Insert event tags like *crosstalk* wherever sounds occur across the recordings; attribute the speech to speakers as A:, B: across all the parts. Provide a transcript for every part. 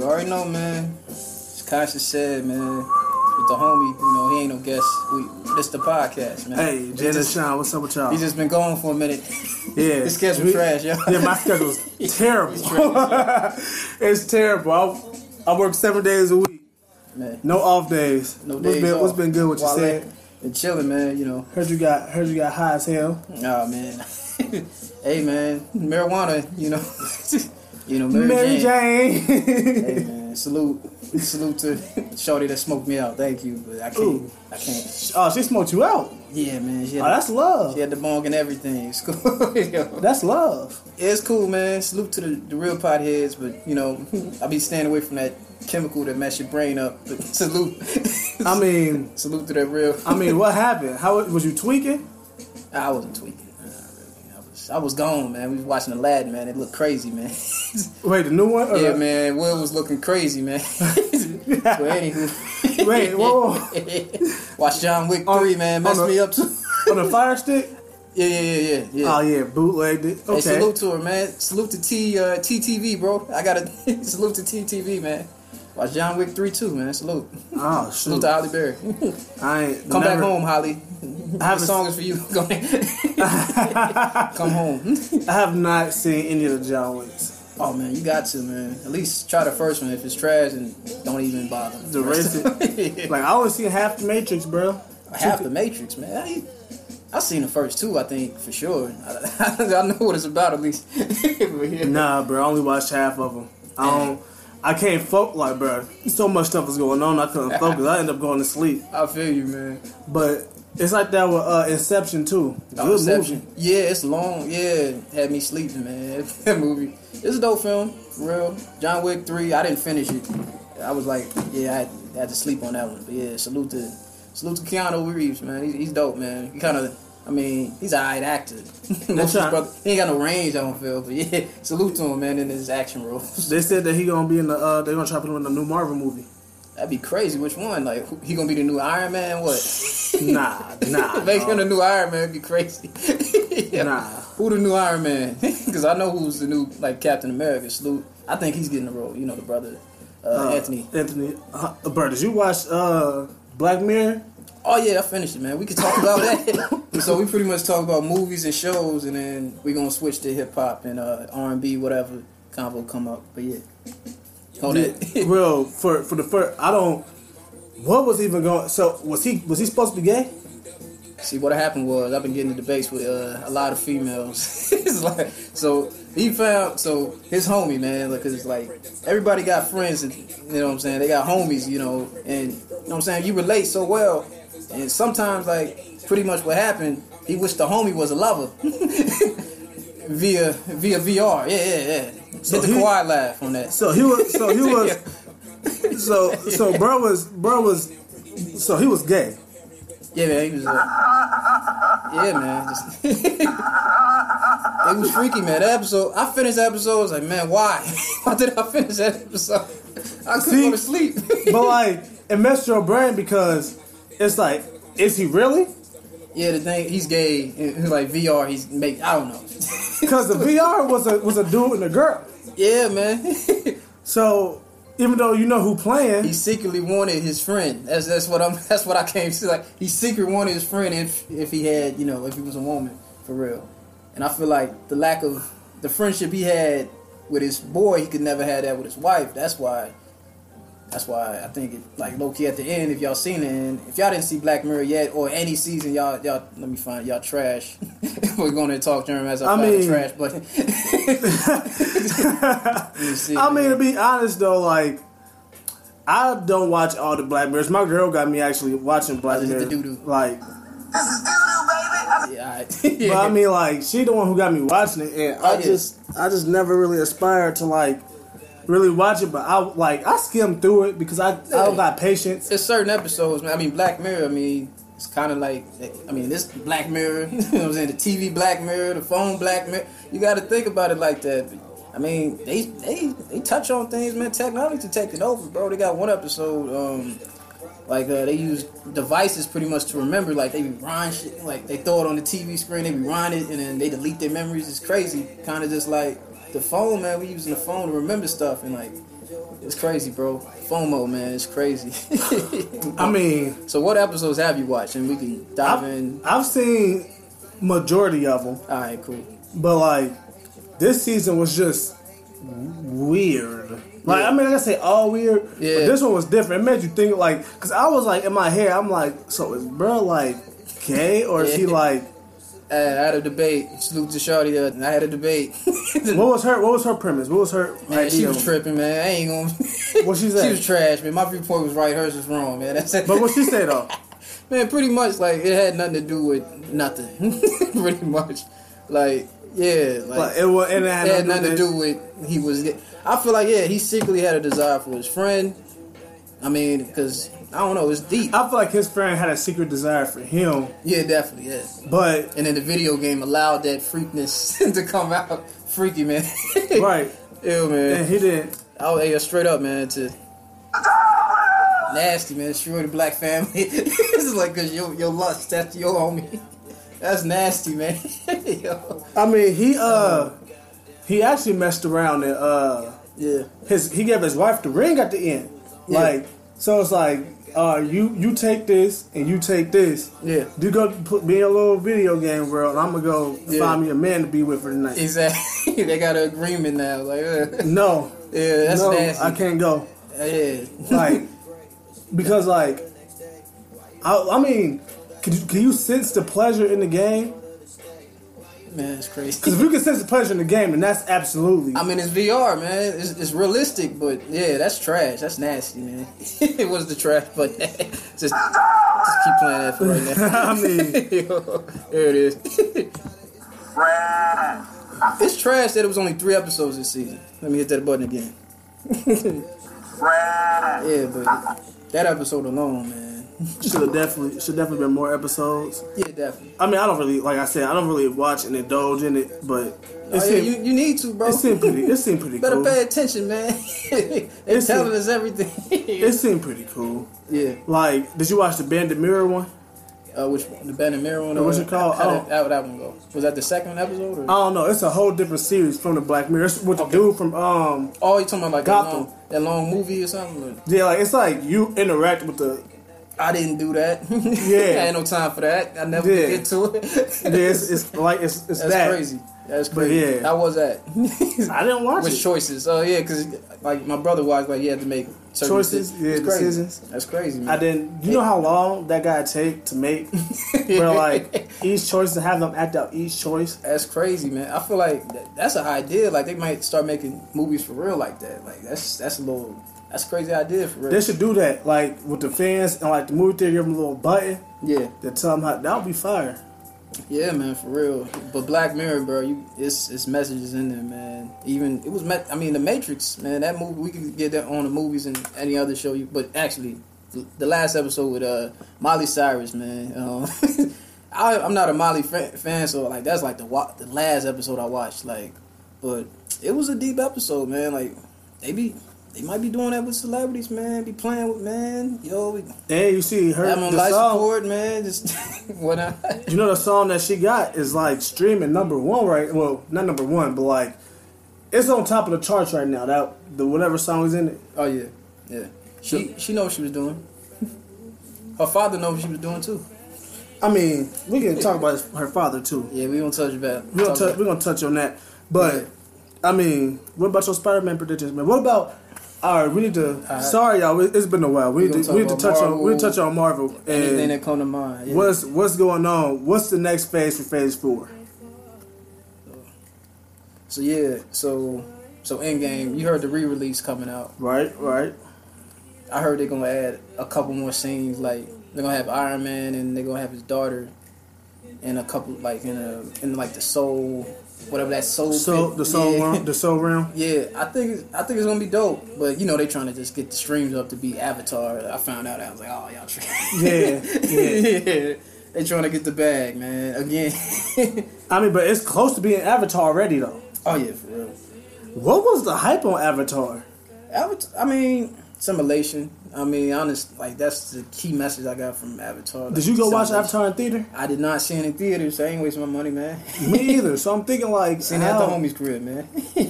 A: already know, man. As Conscious said, man, with the homie, you know, he ain't no guest. We, this the podcast, man.
B: Hey,
A: He
B: Jen and
A: just,
B: Sean, what's up with y'all?
A: he just been going for a minute.
B: yeah,
A: His schedule trash, yo.
B: Yeah,
A: *laughs*
B: my schedule's terrible. *laughs* it's terrible. I, I work seven days a week,
A: Man,
B: no off days.
A: no
B: what's
A: days
B: been, What's
A: off.
B: been good? What you
A: Wale.
B: said?
A: Been chilling, man. You know,
B: Heard you got heard you got high as hell.
A: nah, man. *laughs* hey, man, marijuana. You know, *laughs* you know, Mary,
B: Mary
A: Jane.
B: Jane. *laughs*
A: Hey, man, salute, salute to *laughs* Shorty that smoked me out. Thank you, but I can't,
B: Ooh.
A: I can't.
B: oh, she smoked you out.
A: Yeah, man. She
B: Oh,
A: had,
B: that's love.
A: she had the bong and everything. *laughs* It's cool. Yo.
B: That's love.
A: Yeah, it's cool, man. Salute to the, the real potheads, but you know, *laughs* I be staying away from that chemical that mess your brain up. But *laughs* salute,
B: I mean,
A: salute to that real.
B: I mean, what happened? How was you tweaking?
A: I wasn't tweaking. Nah, really. I was, I was gone, man. We was watching Aladdin, man. It looked crazy, man. *laughs*
B: Wait, the new one? Or-
A: yeah, man. Will was looking crazy, man. *laughs* but anywho,
B: *laughs* Wait,
A: *laughs*
B: whoa.
A: watch John Wick three, man. Messed
B: on the-
A: me up too. *laughs*
B: On the fire stick?
A: yeah, yeah, yeah, yeah, yeah.
B: Oh yeah, bootlegged it.
A: Hey,
B: Okay.
A: salute to her, man. Salute to T uh, TTV, bro. I gotta *laughs* salute to TTV, man. Watch John Wick three too, man. Salute.
B: oh
A: Salute
B: shoot!
A: to Holly
B: *laughs*
A: Berry.
B: I ain't
A: Come back
B: never-
A: home, Holly.
B: I
A: This
B: haven't-
A: song is for you. *laughs* Go
B: *laughs*
A: ahead. Come home. *laughs*
B: I have not seen any of the John Wicks.
A: Oh man, you got to man. At least try the first one. If it's trash, and don't even bother.
B: The rest, of,
A: *laughs* like
B: like I only seen half the Matrix, bro.
A: half the Matrix, man. I, I seen the first two, I think for sure. *laughs* I, I know what it's about at least. *laughs* But yeah.
B: Nah, bro, I only watched half of them. I don't. I can't focus, like, bro. So much stuff was going on, I *laughs* couldn't focus. I ended up going to sleep.
A: I feel you, man.
B: But it's like that with uh, Inception too.
A: Oh,
B: Good
A: Inception.
B: movie.
A: Yeah, it's long. Yeah, had me sleeping, man. *laughs* that movie. It's a dope film, for real. John Wick three. I didn't finish it. I was like, yeah, I had, had to sleep on that one. But yeah, salute to salute to Keanu Reeves, man. He's, he's dope, man. He kind of, I mean, he's a alright actor. *laughs* Most of his
B: right.
A: brother, he ain't got no range, I don't feel. But yeah, *laughs* salute to him, man, in his action roles. *laughs*
B: They said that he gonna be in the. Uh, they gonna try to put him in the new Marvel *laughs* movie.
A: That'd be crazy. Which one? Like, who- he gonna be the new Iron Man? What?
B: Nah, *laughs* nah,
A: *laughs* Make him
B: dog.
A: the new Iron Man. It'd be crazy. *laughs* Yeah.
B: nah.
A: Who the new Iron Man? *laughs* Because I know who's the new like Captain America. Salute. I think he's getting the role. You know the brother, uh,
B: Uh,
A: Anthony.
B: Anthony, uh, bro, did you watch uh, Black Mirror?
A: Oh yeah, I finished it, man. We could talk about that. so we pretty much talk about movies and shows, and then we gonna switch to hip hop and uh, R and B, whatever convo come up. But yeah, hold it.
B: *laughs* Real for for the first. I don't. What was even going? So was he was he supposed to be gay?
A: See what happened was I've been getting in debates with uh, a lot of females. *laughs* it's like so he found so his homie man because it's like everybody got friends and you know what I'm saying they got homies you know and you know what I'm saying you relate so well and sometimes like pretty much what happened he wished the homie was a lover *laughs* via via VR yeah yeah yeah so hit the
B: he-
A: Kawhi laugh on that
B: So he was. So he
A: *laughs*
B: was. so so bro was bro was. So he was gay.
A: Yeah, man, he was. Uh, yeah, man. Just, *laughs* it was freaky, man. That episode, I finished that episode. I was like, man, why? *laughs* why did I finish that episode? *laughs* I couldn't
B: See?
A: go to sleep.
B: *laughs* But like it messed your brain because it's like, is he really?
A: yeah, the thing, he's gay. He's like VR. He's make. I don't know. *laughs*
B: Because the VR was a was a dude and a girl.
A: Yeah, man. *laughs*
B: So even though you know who
A: he
B: playing,
A: secretly wanted his friend. That's that's what I'm. *laughs* That's what I came to. Like he secretly wanted his friend if if he had you know if he was a woman for real. And I feel like the lack of the friendship he had with his boy, he could never have that with his wife. That's why. That's why I think it like low key at the end. If y'all seen it, and if y'all didn't see Black Mirror yet or any season, y'all y'all let me find y'all trash. *laughs* We're going to talk German as I,
B: I
A: find the
B: mean-
A: trash,
B: *laughs*
A: but *laughs*
B: I mean to be honest though, like I don't watch all the Black Mirrors. My girl got me actually watching Black
A: Other than the
B: Mirror.
A: doo-doo.
B: Like,
C: This is doo-doo,
A: *laughs*
C: baby.
A: yeah,
B: but I
A: I,
B: mean, like she the one who got me watching it, and
A: Oh,
B: I
A: yeah.
B: just I just never really aspired to like really watch it. But I like I skimmed through it because I I don't got patience.
A: There's certain episodes, man. I mean, Black Mirror. I mean, it's kind of like, I mean, this Black Mirror. *laughs* you know what I'm saying? The TV Black Mirror, the phone Black Mirror. You got to think about it like that. I mean, they they they touch on things, man. Technology taking over, bro. They got one episode, um, like uh, they use devices pretty much to remember. Like they be rhyme shit, like they throw it on the TV screen, they be rhyme it, and then they delete their memories. It's crazy. Kind of just like the phone, man. We using the phone to remember stuff and like It's crazy, bro. FOMO, man. It's
B: *laughs*
A: crazy.
B: I mean,
A: so, what episodes have you watched? And we can dive
B: I've,
A: in.
B: I've seen majority of them,
A: All right, cool.
B: but like this season was just weird. Like I mean, I gotta say all weird,
A: Yeah.
B: but this one was different. It made you think like, cause I was like in my head, I'm like, so is bro like gay or is he
A: Yeah.
B: like?
A: Uh, I I had a debate. Salute to Shawty. uh, and I had a debate. *laughs*
B: What was her? What was her premise? What was her
A: Man, she
B: idea?
A: was tripping, man. I ain't gonna.
B: What she
A: *laughs* She
B: said?
A: was trash, man. My viewpoint was right. Hers was wrong, man. *laughs* That's it.
B: but what she said though,
A: Man, pretty much like it had nothing to do with nothing. *laughs* pretty much, like yeah, like,
B: but it was and it had,
A: it had nothing to
B: with-
A: do with he was. I feel like yeah, he secretly had a desire for his friend. I mean, because I don't know, it's deep.
B: I feel like his friend had a secret desire for him,
A: Yeah, definitely, yeah.
B: but
A: And then the video game allowed that freakness *laughs* to come out. Freaky man,
B: right,
A: *laughs* Ew,
B: and
A: man.
B: he didn't.
A: I was yeah, Oh, straight up, man. To nasty, man. Destroy the black family. *laughs* this is like cause your your lust. That's your homie. *laughs* That's nasty, man. *laughs* Yo.
B: I mean, he uh, he actually messed around and uh,
A: Yeah.
B: his he gave his wife the ring at the end,
A: Yeah.
B: like so it's like uh, you you take this and you take this.
A: Yeah.
B: You go put me in a little video game world. I'm gonna go
A: Yeah.
B: find me a man to be with for the night.
A: Exactly. *laughs* they got an agreement now. Like, uh,
B: No,
A: yeah, that's
B: no,
A: nasty.
B: I can't go.
A: Uh, yeah. *laughs*
B: like because like I, I mean can you, can you sense the pleasure in the game
A: Man, it's crazy.
B: because if you can sense the pleasure in the game then that's absolutely
A: I mean, it's VR, man. It's, it's realistic, but yeah, that's trash. That's nasty, man. *laughs* it was the trash, but *laughs* just, just keep playing that for right now. *laughs*
B: *laughs* I mean
A: Yo, there it is. *laughs* it's trash that it was only three episodes this season. Let me hit that button again. Yeah, but that episode alone, man.
B: should have definitely should definitely been more episodes
A: Yeah, definitely.
B: I mean I don't really like I said I don't really watch and indulge in it but it
A: Oh, yeah,
B: seemed
A: you, you need to, bro.
B: it seemed
A: *laughs*
B: pretty it seemed pretty
A: Better
B: cool
A: pay attention, man. *laughs* They're
B: It's-
A: telling us everything. *laughs*
B: it seemed pretty cool
A: yeah.
B: like did you watch the Bandit Mirror one
A: Uh, which one? The Ben and Mirror one?
B: Or
A: or-
B: what's it called?
A: How did
B: Oh. Uh,
A: how did that one go? Was that the second episode? Or?
B: I don't know it's a whole different series from the Black Mirror it's with the dude from um
A: oh, you talking about like that
B: Gotham.
A: long, that long movie or something? Or-
B: yeah like it's like you interact with
A: *laughs*
B: the
A: I didn't do that. *laughs* I had no time for that. I never
B: Yeah.
A: could get to it. *laughs*
B: Yeah, it's, it's like it's, it's
A: That's
B: that.
A: crazy. That's
B: But
A: crazy.
B: yeah.
A: How was that? *laughs*
B: I didn't watch
A: With
B: it.
A: choices. Oh yeah, because like my brother watched, like he had to make certain
B: Choices,
A: deci-
B: yeah,
A: It's crazy.
B: decisions.
A: That's crazy, man.
B: I didn't. You know how long that guy take to make? Where like each choice to have them act out each choice.
A: *laughs* That's crazy, man. I feel like th- that's an idea. Like they might start making movies for real like that. Like that's that's a little that's a crazy idea for real.
B: They should do that like with the fans and like the movie theater give them a little button
A: yeah,
B: that tell them how that would be fire.
A: yeah, man, for real. But Black Mirror, bro, you it's it's messages in there, man. Even it was met. I mean, The Matrix, man. That movie we could get that on the movies and any other show. You, but actually, th- the last episode with uh Molly Cyrus, man. Um, *laughs* I, I'm not a Molly fan, fan, so like that's like the wa- the last episode I watched. Like, but it was a deep episode, man. Like they be they might be doing that with celebrities, man. Be playing with man, yo. We,
B: And you see her
A: I'm on
B: the
A: life
B: song.
A: support, man. Just *laughs* what I.
B: You know the song that she got is like streaming number one right. Well, not number one, but like it's on top of the charts right now. That the whatever song is in it.
A: Oh yeah, yeah. She she knows what she was doing. *laughs* Her father knows what she was doing too.
B: I mean, we can talk about her father too.
A: Yeah, we don't touch that.
B: We're gonna, touch, we're gonna touch on that. But, I mean, what about your Spider Man predictions, man? What about. All right, we need to.
A: right.
B: Sorry, y'all. it- It's been a while. We
A: We
B: need to,
A: gonna
B: we need to
A: talk
B: touch
A: about
B: on. We need to
A: Marvel,
B: touch on Marvel
A: anything
B: and
A: that come to mind. Yeah.
B: what's what's going on. What's the next phase for Phase Four?
A: So yeah, so so Endgame. You heard the re-release coming out.
B: Right, right.
A: I heard they're gonna add a couple more scenes. Like they're gonna have Iron Man and they're gonna have his daughter, and a couple like in a in like the soul, whatever that soul.
B: So
A: pit-
B: the soul
A: yeah.
B: realm, the soul realm.
A: Yeah, I think it's- I think it's gonna be dope, but you know they trying to just get the streams up to be Avatar. I found out I was like, oh y'all, tra-
B: Yeah, yeah.
A: *laughs* yeah, they trying to get the bag, man. Again, *laughs*
B: I mean, but it's close to being Avatar already, though.
A: oh yeah, for real.
B: What was the hype on Avatar?
A: Avatar. I mean, simulation. I mean, honest, like that's the key message I got from Avatar. Like,
B: Did you go watch
A: simulation.
B: Avatar in theater?
A: I did not see it in theaters, so I ain't wasting my money, man. *laughs*
B: Me either. So I'm thinking like,
A: Seen it at the
B: how-
A: homie's crib, man.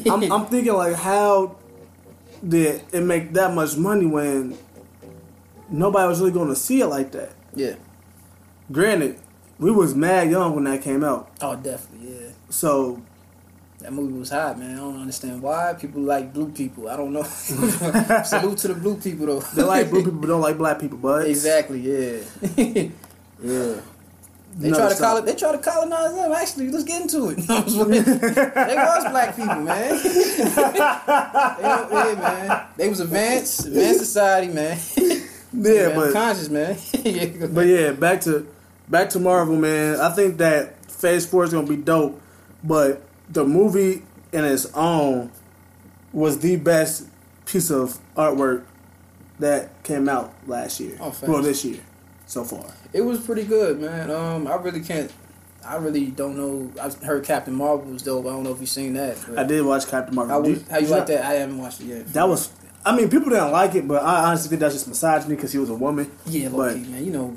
B: I'm, I'm thinking like how did it make that much money when nobody was really going to see it like that.
A: *laughs* Yeah.
B: Granted, we was mad young when that came out,
A: Oh, definitely. Yeah.
B: so
A: That movie was hot, man. I don't understand why people like blue people. I *laughs* don't know. Salute to the blue people though.
B: they like blue people, but don't like black people.
A: *laughs*
B: But
A: Exactly. Yeah.
B: yeah,
A: They try to call it. They try to colonize them. Actually, let's get into it. *laughs* No, I'm just playing. they was black people, man. *laughs* they, yeah, man. They was advanced, advanced society, man.
B: Yeah,
A: man,
B: but
A: conscious, man. *laughs* yeah,
B: But yeah, back to back to Marvel, man. I think that Phase Four is gonna be dope, but the movie in its own was the best piece of artwork that came out last year.
A: Oh, facts.
B: well, this year so far.
A: It was pretty good, man. Um, I really can't. I really don't know. I heard Captain Marvel was dope. I don't know if you seen that. but
B: I did watch Captain Marvel.
A: How, was,
B: Did-
A: how you
B: did
A: like that? I haven't watched it yet.
B: That was. I mean, people didn't like it, but I honestly think that's just misogyny because he was a woman.
A: yeah,
B: but
A: low-key, man. You know.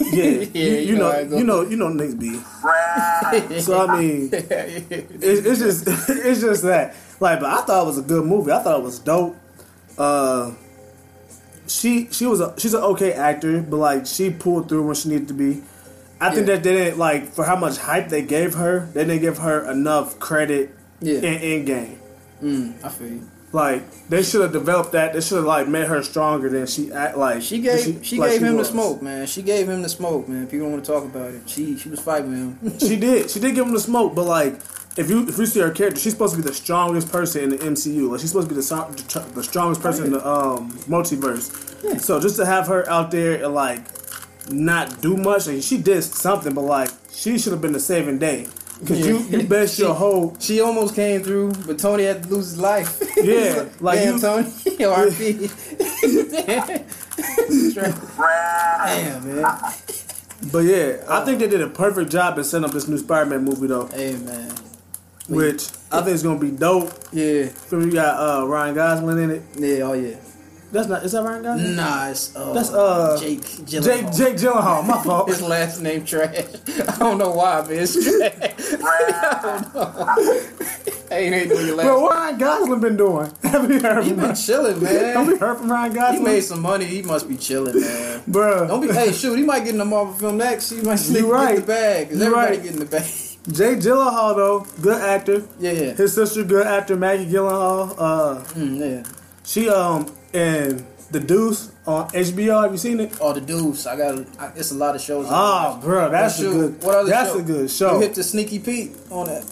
B: yeah, you, you know,
A: how it go.
B: you know, you know, niggas be.
C: Bruh.
B: So I
A: *laughs*
B: mean,
A: *laughs* yeah.
B: it's, it's just *laughs* it's just that like but i thought it was a good movie i thought it was dope uh she she was a she's an okay actor but like she pulled through when she needed to be i think
A: Yeah.
B: that they didn't like for how much hype they gave her they didn't give her enough credit
A: Yeah.
B: in Endgame.
A: Mm, I feel you.
B: like they should have developed that they should have like made her stronger than she act like
A: She
B: than
A: gave she
B: like
A: gave him
B: was.
A: the smoke, man. She gave him the smoke, man. People don't want to talk about it. She she was fighting him. *laughs*
B: she did she did give him the smoke but like if you if you see her character she's supposed to be the strongest person in the MCU like she's supposed to be the so- the, tr- the strongest person in the um multiverse
A: Oh, Yeah.
B: so just to have her out there and like not do much and she did something but like she should have been the saving day because you
A: Yeah.
B: you
A: *laughs*
B: best your whole
A: she almost came through, but Tony had to lose his life.
B: Yeah, like
A: *laughs* like damn *laughs*
B: you-
A: Tony, RP.
C: Bruh.
A: *laughs* damn man,
B: but yeah I think they did a perfect job in setting up this new Spider-Man movie though
A: Uh, hey man,
B: which I think is gonna be dope
A: yeah,
B: you got uh Ryan Gosling in it
A: yeah, oh yeah.
B: that's not is that Ryan Gosling
A: Nah, it's uh,
B: That's, uh,
A: Jake
B: Jake
A: Gyllenhaal.
B: Jake Gyllenhaal my
A: *laughs*
B: fault
A: His last name trash. *laughs* I don't know why, man. It's trash. *laughs*
C: Bruh.
A: ain't ain't doing your last.
B: Bro, what Ryan Gosling been doing? *laughs* Have you heard
A: he
B: from
A: been
B: Ryan?
A: chilling,
B: Have
A: man.
B: you heard from Ryan
A: He
B: Gosling?
A: made some money. He must be chilling, man.
B: Bro,
A: Don't be.
B: *laughs*
A: hey, shoot, he might get in the Marvel film next. He might sneak
B: You right.
A: get in the bag. Cause
B: You
A: everybody
B: right.
A: get in the bag. *laughs*
B: Jake Gyllenhaal though, good actor.
A: Yeah, yeah.
B: His sister, good actor, Maggie Gyllenhaal. Uh,
A: Mm, yeah.
B: she um and The Deuce on HBO. Have you seen it?
A: Oh, the dudes. I got. I, it's a lot of shows.
B: Ah, bro, that's a
A: Shoot,
B: good.
A: What other
B: that's
A: show?
B: a good
A: You
B: show.
A: hit the sneaky peek on that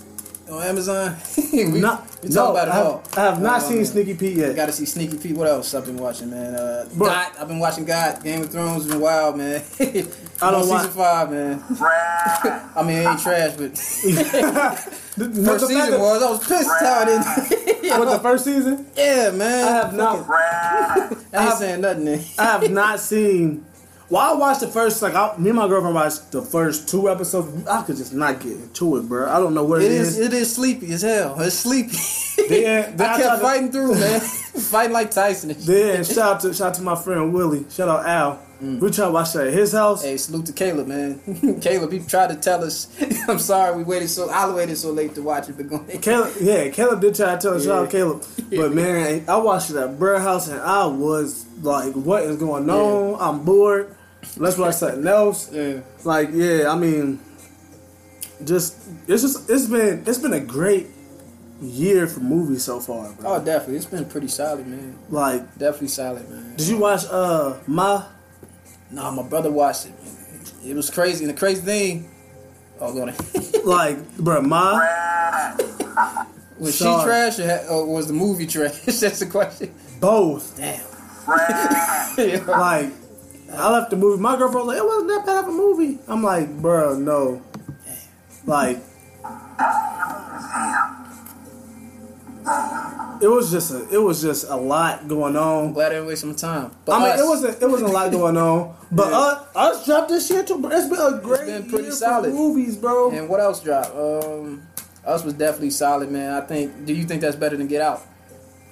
A: on Amazon. *laughs* we,
B: Not,
A: we
B: no,
A: talk about it
B: I have,
A: all.
B: I have not
A: Oh,
B: seen
A: man.
B: Sneaky Pete yet. *laughs*
A: Got to see Sneaky Pete. What else I've been watching, man? Uh,
B: Bro.
A: God, I've been watching God. Game of Thrones been wild, man. *laughs* I don't
B: don't
A: season
B: want-
A: five, man.
C: Bruh.
A: I mean, it ain't trash, but *laughs* first
B: The- the- the fact
A: season
B: that-
A: was. I was pissed how it didn't.
B: what, the first season?
A: *laughs* yeah, man.
B: I have not.
C: Bruh.
A: I ain't
B: I've-
A: saying nothing. Then.
B: I have not seen. Well, I watched the first like I, me and my girlfriend watched the first two episodes. I could just not get into it, bro. I don't know what
A: It
B: is.
A: is. It is sleepy as hell. It's sleepy.
B: Yeah,
A: *laughs*
B: then I
A: I
B: tried
A: kept
B: to-
A: fighting through,
B: *laughs*
A: man. fighting like Tyson. And shit.
B: Then shout out to shout out to my friend Willie. Shout out Al. We tried to watch that at his house.
A: Mm. Hey, salute to Caleb, man. *laughs* Caleb, he tried to tell us. *laughs* I'm sorry, we waited so. I waited so late to watch it, but go ahead.
B: Caleb, yeah, Caleb did try to tell us, shout
A: Yeah.
B: out Caleb.
A: *laughs*
B: But man, I watched it at Burr House and I was like, what is going on? I'm bored. Let's watch something else.
A: *laughs* Yeah.
B: Like, yeah, I mean, just it's just it's been it's been a great year for movies so far, bro.
A: Oh, definitely. It's been pretty solid, man.
B: Like,
A: Definitely solid, man.
B: did you watch uh
A: *laughs*
B: Ma?
A: Nah, my brother watched it. It was crazy. And the crazy thing, oh, go to.
B: Like, bro, Ma?
C: Bruh.
A: *laughs* was she
B: Sorry.
A: trash or, ha- or was the movie trash? *laughs* That's the question. *laughs*
B: Both.
A: Damn.
C: Bruh.
A: yeah.
B: Like, I left the movie. My girlfriend was like, it wasn't that bad of a movie. I'm like, bro, no. Like, it was just a, it was just a lot going on.
A: Glad I didn't waste some time. But
B: I mean,
A: us,
B: it wasn't it wasn't a lot going on, but
A: Yeah.
B: uh, us dropped this year too. bro. It's been a great
A: been pretty
B: year
A: solid.
B: for movies, bro.
A: And what else dropped? Um, Us was definitely solid, man. I think. Do you think that's better than Get Out?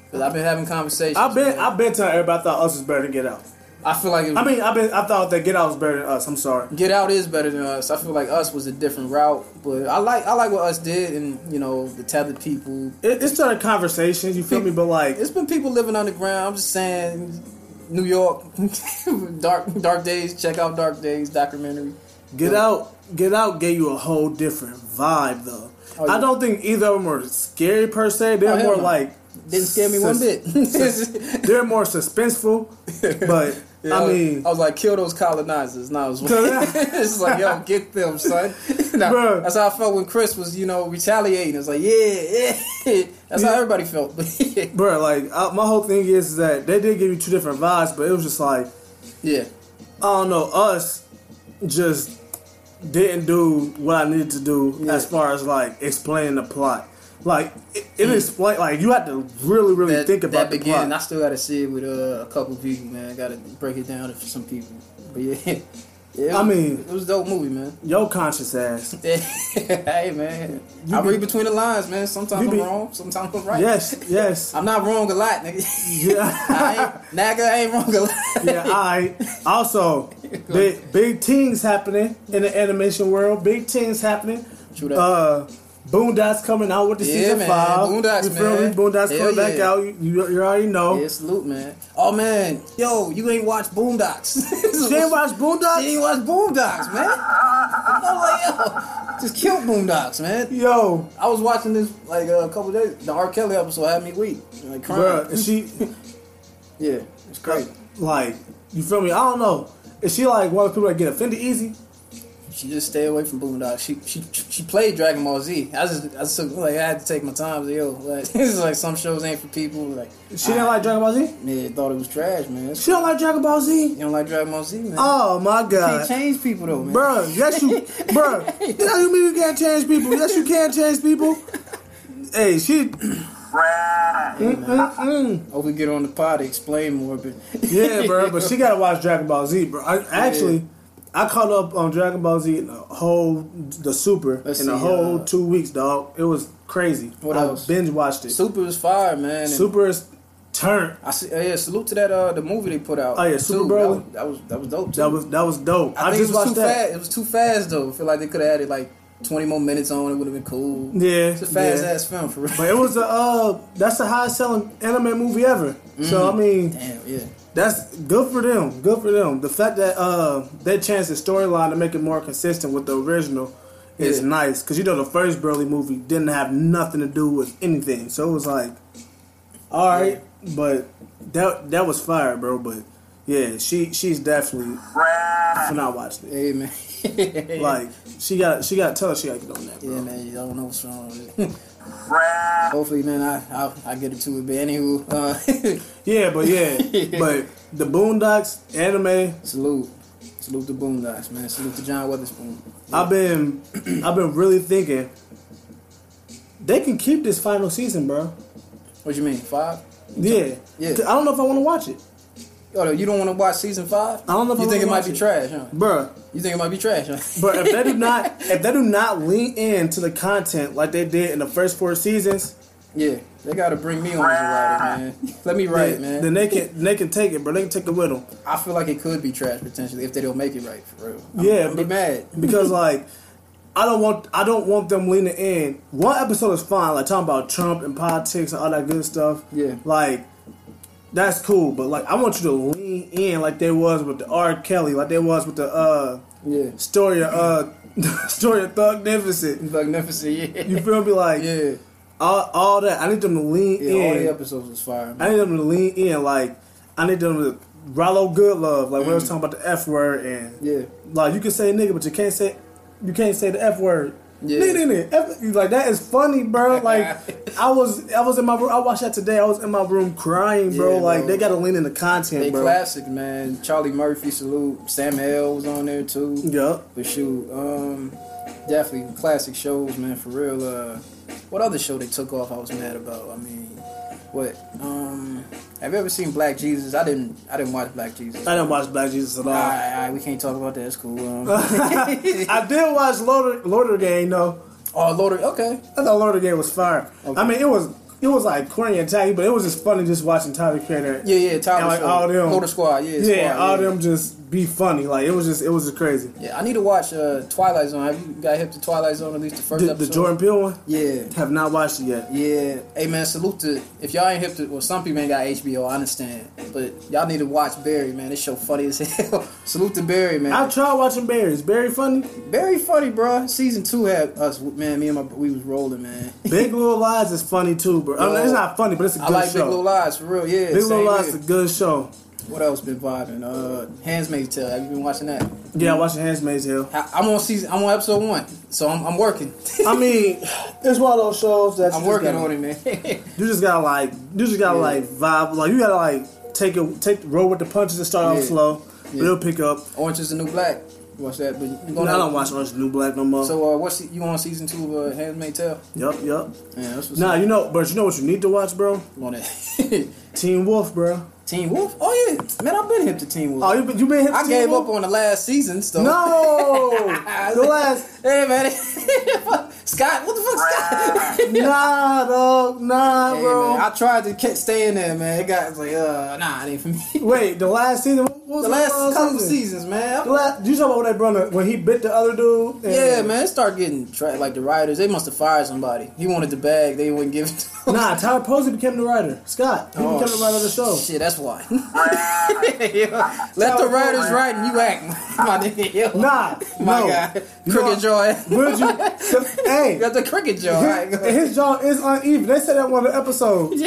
A: Because I've been having conversations.
B: I've been
A: man.
B: I've been telling everybody I thought Us was better to Get Out.
A: I feel like it
B: I mean, I've been I thought that Get Out was better than us. I'm sorry.
A: Get Out is better than us. I feel like us was a different route, but I like I like what us did, and you know the talented people.
B: It, it's not a conversation. You feel me? But like,
A: It's been people living underground. I'm just saying, New York, *laughs* dark dark days. Check out Dark Days documentary.
B: Get Out, Get Out gave you a whole different vibe though.
A: Oh, yeah.
B: I don't think either of them were scary per se. They're
A: Oh, hell
B: more
A: no.
B: like
A: Didn't scare me one bit. *laughs*
B: they're more suspenseful. But
A: *laughs* Yeah,
B: I
A: was-
B: mean,
A: I was like, kill those colonizers. Now *laughs* it's
B: So that-
A: it's like, yo, get them, son. *laughs* Nah,
B: Bruh.
A: that's how I felt when Chris was, you know, retaliating. It's like, yeah, *laughs* yeah. That's how
B: Yeah.
A: everybody felt. *laughs* yeah.
B: bro, like I, my whole thing is that they did give you two different vibes, but it was just like
A: yeah,
B: I don't know, us just didn't do what I needed to do
A: Yeah.
B: as far as like explaining the plot. Like it, it explain like you had to really really
A: Mm. that,
B: think about
A: that
B: the
A: beginning. I
B: plot.
A: still got to see it with uh, a couple people, man. I got to break it down for some people. But yeah, *laughs* yeah. it
B: I
A: was-
B: mean-
A: it was a dope movie, man. *laughs*
B: Yo, conscious ass.
A: hey, man.
B: You
A: I
B: be-
A: read between the lines, man. Sometimes
B: you
A: I'm
B: be-
A: wrong, sometimes I'm right.
B: Yes, yes.
A: I'm not wrong a lot, nigga. *laughs* I
B: yeah. *laughs*
A: ain't, Naga I ain't wrong a lot.
B: yeah, I also big big things happening in the animation world. Big things happening.
A: True that.
B: Uh, Boondocks coming out with the
A: Yeah,
B: season
A: man.
B: five.
A: Boondocks,
B: you feel
A: man.
B: me? Boondocks
A: Hell
B: coming back
A: yeah.
B: out. You, you, you already know.
A: Yeah, salute, man. Oh man, yo, you ain't watch Boomdocs. *laughs*
B: She ain't watch Boondocks.
A: She ain't watch Boomdocs, man. I'm like, yo, just kill Boomdocs, man.
B: Yo,
A: I was watching this like uh, a couple days. The R. Kelly episode had me weak, like crying.
B: bruh, is she
A: yeah, it's crazy.
B: like you feel me? I don't know. Is she like one of the people that get offended easy?
A: She just stayed away from Boomdocs. She she she played Dragon Ball Z. I just I took like I had to take my time. Like, yo, like *laughs* this is like some shows ain't for people. Like
B: She didn't like Dragon Ball Z.
A: yeah, thought it was trash, man. It's-
B: She don't like Dragon Ball Z.
A: You don't like Dragon Ball Z, man.
B: Oh my
A: can't
B: god.
A: change people though, man.
B: Bruh, yes you,
A: *laughs*
B: bruh. How you mean you can't change people? Yes, you can change people.
A: *laughs*
B: Hey, she,
A: Hope we get on the pod to explain more, but *laughs*
B: yeah, bruh, but she gotta watch Dragon Ball Z, bro. I, actually, I caught up on Dragon Ball Z in the whole, the Super,
A: Let's
B: in the
A: see,
B: whole
A: uh,
B: two weeks, dog. It was crazy.
A: What
B: I
A: else?
B: binge watched it.
A: Super is fire, man. and
B: Super is turned.
A: I see, uh, yeah, salute to that uh the movie they put out.
B: Oh, yeah,
A: too.
B: Super Bro.
A: That was, that was that was dope. Too.
B: That was that was dope.
A: I,
B: I,
A: think
B: just
A: it was
B: watched
A: too
B: that.
A: fast. It was too fast though. I feel like they could have added like twenty more minutes on. It would have been cool.
B: Yeah,
A: it's a fast
B: yeah.
A: ass film for real.
B: But it was a uh, that's the highest selling anime movie ever. So
A: Mm-hmm.
B: I
A: *laughs*
B: mean,
A: Damn, yeah,
B: That's good for them. Good for them. The fact that uh they changed the storyline to make it more consistent with the original is
A: Yeah.
B: nice because you know the first Burley movie didn't have nothing to do with anything, so it was like, all right, but that that was fire, bro. But yeah, she she's definitely when I watched it.
A: hey man, *laughs*
B: Like she got she got to tell her she got to get on that. Bro.
A: yeah man, you don't know what's wrong. with it. *laughs* Hopefully, man, I I, I get it to it. But anywho, uh, *laughs*
B: Yeah, but yeah, but the Boondocks anime
A: salute, salute to Boondocks, man. Salute to John Weatherspoon.
B: I've been *clears throat* I've been really thinking they can keep this final season, bro.
A: What you mean five?
B: Yeah.
A: Yeah.
B: I don't know if I want to watch it.
A: Yo, Oh, you don't want to watch season five?
B: I don't know if
A: you
B: I
A: think it
B: wanna
A: might
B: watch
A: be
B: it.
A: trash, huh?
B: Bruh.
A: You think it might be trash, huh? *laughs*
B: But if they do not if they do not lean into the content like they did in the first four seasons,
A: Yeah, they gotta bring me on as a writer, man. *laughs* Let me write,
B: then,
A: man.
B: then they can they can take it, bro. They can take it with them.
A: I feel like it could be trash potentially if they don't make it right for real. I'm,
B: Yeah,
A: I'm be
B: but-
A: mad.
B: Because like I don't want I don't want them leaning in. One episode is fine, like talking about Trump and politics and all that good stuff.
A: Yeah.
B: Like that's cool, but like I want you to lean in like they was with the R. Kelly, like they was with the uh
A: Yeah,
B: story of uh *laughs* story of thug deficit.
A: magnificent. Yeah,
B: You feel me?
A: *laughs*
B: Like
A: yeah,
B: all, all that. I need them to lean
A: yeah. All the
B: in.
A: episodes was fire. Man.
B: I need them to lean in. Like I need them to Rallo Good Love. Like we was talking about the F word and
A: Yeah,
B: like you can say nigga, but you can't say you can't say the f word.
A: Yeah.
B: Nigga, nigga, F- like that is funny, bro.
A: *laughs*
B: Like I was, I was in my room. I watched that today. I was in my room crying, bro.
A: Yeah,
B: like
A: bro.
B: they gotta lean into content,
A: they
B: bro.
A: classic, man. Charlie Murphy, salute. Sam L was on there too.
B: Yup.
A: But shoot, um, definitely classic shows, man. For real. Uh, what other show they took off? I was mad about. I mean, what? Um, have you ever seen Black Jesus? I didn't. I didn't watch Black Jesus.
B: I didn't watch Black Jesus at all.
A: All right, all right, we can't talk about that. It's cool. Um,
B: *laughs* I did watch Loader, Loader Gang though.
A: *laughs* oh, Lord, okay.
B: I thought Loader Gang was fire.
A: Okay.
B: I mean, it was it was like corny and tacky, but it was just funny just watching Tyler Creator.
A: Yeah, yeah, Tyler.
B: And, like,
A: Shore.
B: all them-
A: Motor Squad, yeah.
B: yeah,
A: squad,
B: all
A: yeah.
B: them just be funny. Like it was just it was just crazy.
A: Yeah, I need to watch uh, Twilight Zone. Have you got hip to Twilight Zone at least the first
B: The, the
A: episode?
B: Jordan Peele one,
A: Yeah.
B: have not watched it yet.
A: Yeah, hey man, salute to if y'all ain't hip to. Well, some people ain't got HBO, I understand, but y'all need to watch Barry, man. This show funny as *laughs* hell. salute to Barry, man.
B: I tried watching Barry. Is Barry funny?
A: Barry funny, bro. Season two had us, man. Me and my we was rolling, man. *laughs*
B: Big Little Lies is funny too, bro. I mean,
A: Yo,
B: it's not funny, but it's a good
A: I like
B: show.
A: Big Little Lies for real. Yeah,
B: Big Little
A: same
B: Lies
A: here.
B: is a good show.
A: What else been vibing? Uh, Handsmaid's Tale. Have you been watching that?
B: Yeah, I watched Handsmaid's Hill.
A: I, I'm on season. I'm on episode one, so I'm, I'm working. *laughs*
B: I mean, it's one of those shows that you
A: I'm
B: just
A: working
B: gotta-
A: on it, man. *laughs*
B: You just gotta like, you just gotta
A: Yeah.
B: like vibe. Like you gotta like take a take roll with the punches and start off
A: Yeah.
B: slow.
A: Yeah.
B: But it'll pick up.
A: Orange is the New Black. You watch that, but you
B: No, I don't watch Orange is the New Black no more.
A: So uh, what's you on season two of uh, Handmaid's Tale?
B: yup, yup.
A: Yeah, that's what's
B: Nah,
A: up.
B: you know, but you know what you need to watch, bro?
A: You on that.
B: Teen Wolf, bro.
A: *laughs* Teen Wolf? Oh yeah, man, I've been hip to Teen Wolf.
B: Oh, you been you been hit?
A: I gave up on the last season, so
B: No, the
A: *laughs*
B: last
A: Hey man, *laughs* Scott, what the fuck, Scott? *laughs* hey,
B: nah, dog, nah, bro.
A: man, I tried to ca- stay in there, man. It got it's like, uh, nah, it ain't for me. *laughs*
B: Wait, the last season. What was
A: the last couple
B: season?
A: seasons, man.
B: The last, you talking about that brother when he bit the other dude? and-
A: yeah, man, it started getting tra- like the writers. They must have fired somebody. He wanted the bag, they wouldn't give it to him.
B: Nah, Tyler Posey became the writer. Scott, he became the writer of the show.
A: Oh, *laughs* Shit, that's
B: *laughs*
A: why. Yeah, Let the writers write and you act, *laughs* my nigga. Yo.
B: Nah,
A: *laughs* my
B: no.
A: God.
B: You
A: Crooked
B: know-
A: jaw.
B: *laughs*
A: *laughs*
B: Would you? hey,
A: You got the cricket jaw. Right? *laughs*
B: his, his jaw is uneven. They said that one of the episodes.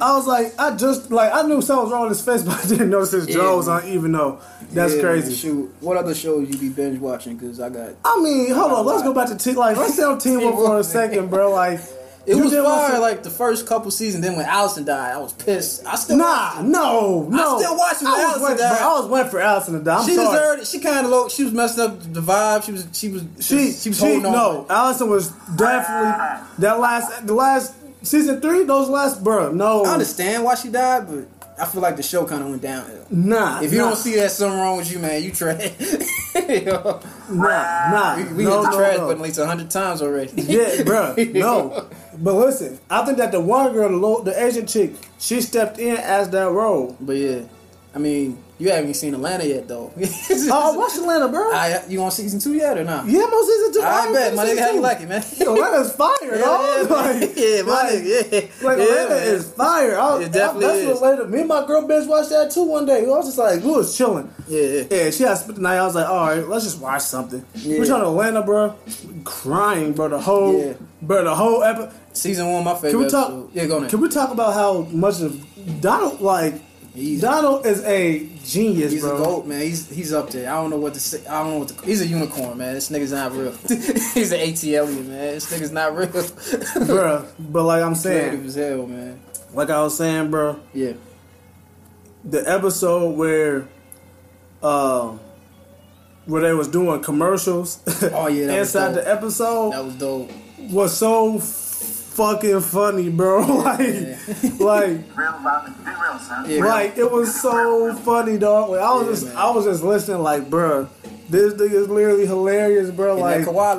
B: I was like, I just like I knew something was wrong with his face, *laughs* but I didn't notice his jaw
A: Yeah.
B: was uneven though. That's
A: Yeah,
B: crazy.
A: Shoot, what other shows you be binge watching? Cause I got
B: I mean, hold on. Let's go back to T. Like, let's stay on Team Wolf for a second, bro. Like,
A: it
B: you
A: was
B: did watch
A: fire
B: it-
A: like the first couple seasons. Then when Allison died, I was pissed. I still
B: Nah, no, no.
A: still watch when
B: I was
A: Allison
B: waiting-
A: died.
B: bro, I was waiting for Allison to die. I'm
A: she
B: sorry.
A: deserved it. She kind of low. She was messing up the vibe. She was she was
B: She,
A: she was
B: she
A: holding on.
B: no. Allison was definitely that last, the last season three. Those last, bro. No,
A: I understand why she died, but I feel like the show kind of went downhill.
B: Nah.
A: If you
B: nah,
A: don't see that, something wrong with you, man. You trash. *laughs* Yo.
B: nah, nah,
A: we we
B: no,
A: hit the
B: no,
A: trash
B: no.
A: button at least hundred times already.
B: *laughs* Yeah, bro.
A: *laughs*
B: No, but listen, I think that the one girl, the, lo- the Asian chick, she stepped in as that role.
A: But yeah, I mean, you haven't even seen Atlanta yet, though. *laughs*
B: Oh, I watched Atlanta, bro.
A: I, you on season two yet or not?
B: yeah, most season two.
A: I,
B: ain't
A: bet,
B: seen
A: my
B: season
A: nigga. How
B: two.
A: you like it, man?
B: *laughs*
A: *laughs*
B: Yo, Atlanta's fire, dog.
A: man.
B: Like,
A: *laughs* yeah, my
B: like-
A: nigga. Yeah,
B: Like
A: yeah,
B: Atlanta
A: man.
B: is fire. I,
A: It definitely
B: I, that's
A: is.
B: what later. Me and my girl bitch watched that too one day. I was just like, we was chilling.
A: Yeah, yeah.
B: Yeah, she had spent the night. I was like, all right, let's just watch something.
A: Yeah.
B: We're trying to Atlanta, bro. Crying, bro. The whole,
A: Yeah.
B: bro. The whole episode.
A: Season one, my favorite.
B: Can we talk?
A: episode. Yeah, go on.
B: Can we talk about how much of Donald like
A: He's-
B: Donald is a genius,
A: He's
B: bro.
A: a goat, man. He's he's up there. I don't know what to say. I don't know what to. He's a unicorn, man. This nigga's not real. *laughs* he's an AT alien, man. This nigga's not real. *laughs*
B: bro. But like I'm
A: Creative
B: saying,
A: as hell, man.
B: like I was saying, bro.
A: Yeah,
B: the episode where um where they was doing commercials *laughs*
A: Oh, yeah, that was dope.
B: inside the episode
A: that was dope.
B: was so fucking funny bro *laughs* like like
C: Real about it. Be real, son.
A: Yeah.
B: like it was so funny dog like, i was
A: Yeah,
B: just
A: man.
B: i was just listening like bruh, this nigga is literally hilarious bro
A: And
B: like
A: that Kawhi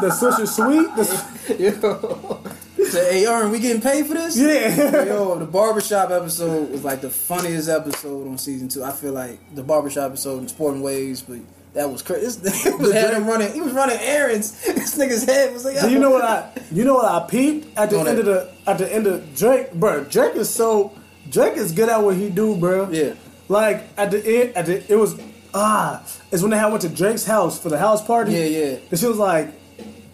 A: laugh,
B: the sister sweet
A: *laughs*
B: the,
A: man.
B: *laughs*
A: Yo. Say, hey, Aaron, we getting paid for this?
B: yeah
A: Yo, the barbershop episode was like the funniest episode on season two. I feel like the barbershop episode in Sporting Waves, but that was *laughs* crazy. He was had him running. He was running errands. *laughs* This nigga's head was like. *laughs*
B: Do you know what I? You know what I peeped at the
A: Don't
B: end of
A: it.
B: the at the end of Drake, bro. Drake is so Drake is good at what he do, bro.
A: Yeah.
B: Like at the end, at the it was ah, it's when they had went to Drake's house for the house party.
A: Yeah, yeah.
B: And she was like,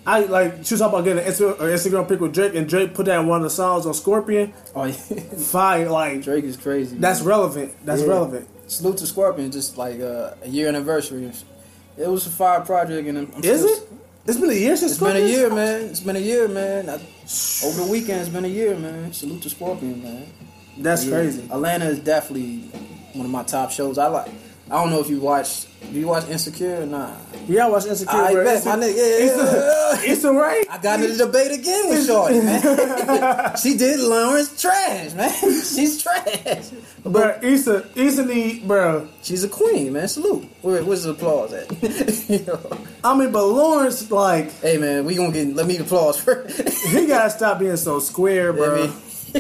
B: I like she was talking about getting an Instagram, an Instagram pic with Drake, and Drake put that in one of the songs on Scorpion.
A: Oh yeah,
B: Fire, like
A: Drake is crazy.
B: that's
A: man.
B: relevant. That's
A: Yeah.
B: relevant.
A: Salute to Scorpion, just like uh, a year anniversary. and sh- It was a fire project, and I'm, I'm
B: Is
A: still-
B: it? It's been a year since
A: It's been a
B: Scorpion?
A: year, man. It's been a year, man. I, over the weekend, it's been a year, man. Salute to Scorpion, man.
B: That's
A: Yeah. Uh,
B: crazy.
A: Atlanta is definitely one of my top shows. I like. I don't know if you watched. Do you watch Insecure or not?
B: Yeah, I watch Insecure.
A: I
B: bro.
A: bet my nigga. Yeah, yeah, yeah.
B: It's alright.
A: I got into the debate again with Shorty, *laughs*
B: *laughs*
A: man. she did Lawrence trash, man. *laughs* She's trash.
B: Bro, Issa, Issa need, bro.
A: She's a queen, man. Salute. Where, where's the applause at? *laughs* You know?
B: I mean, but Lawrence, like,
A: Hey, man, we gonna get. Let me applause for. *laughs*
B: he gotta stop being so square,
A: Yeah,
B: bro.
A: man. *laughs*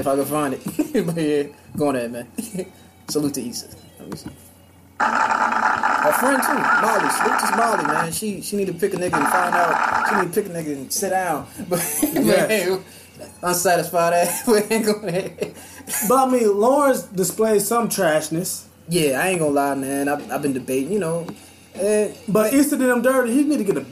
A: if I can find it. *laughs* but yeah, go on ahead, man. *laughs* salute to Issa. Let me see. Our friend too, Molly. Salute to Molly, man. She she need to pick a nigga and find out. She need to pick a nigga and sit down. *laughs* But
B: Yes.
A: man, unsatisfied ass. *laughs* we ain't going to
B: But I mean, Lawrence displays some trashness.
A: Yeah, I ain't gonna lie, man. I've, I've been debating, you know. Eh,
B: But Issa did him dirty. He need to get a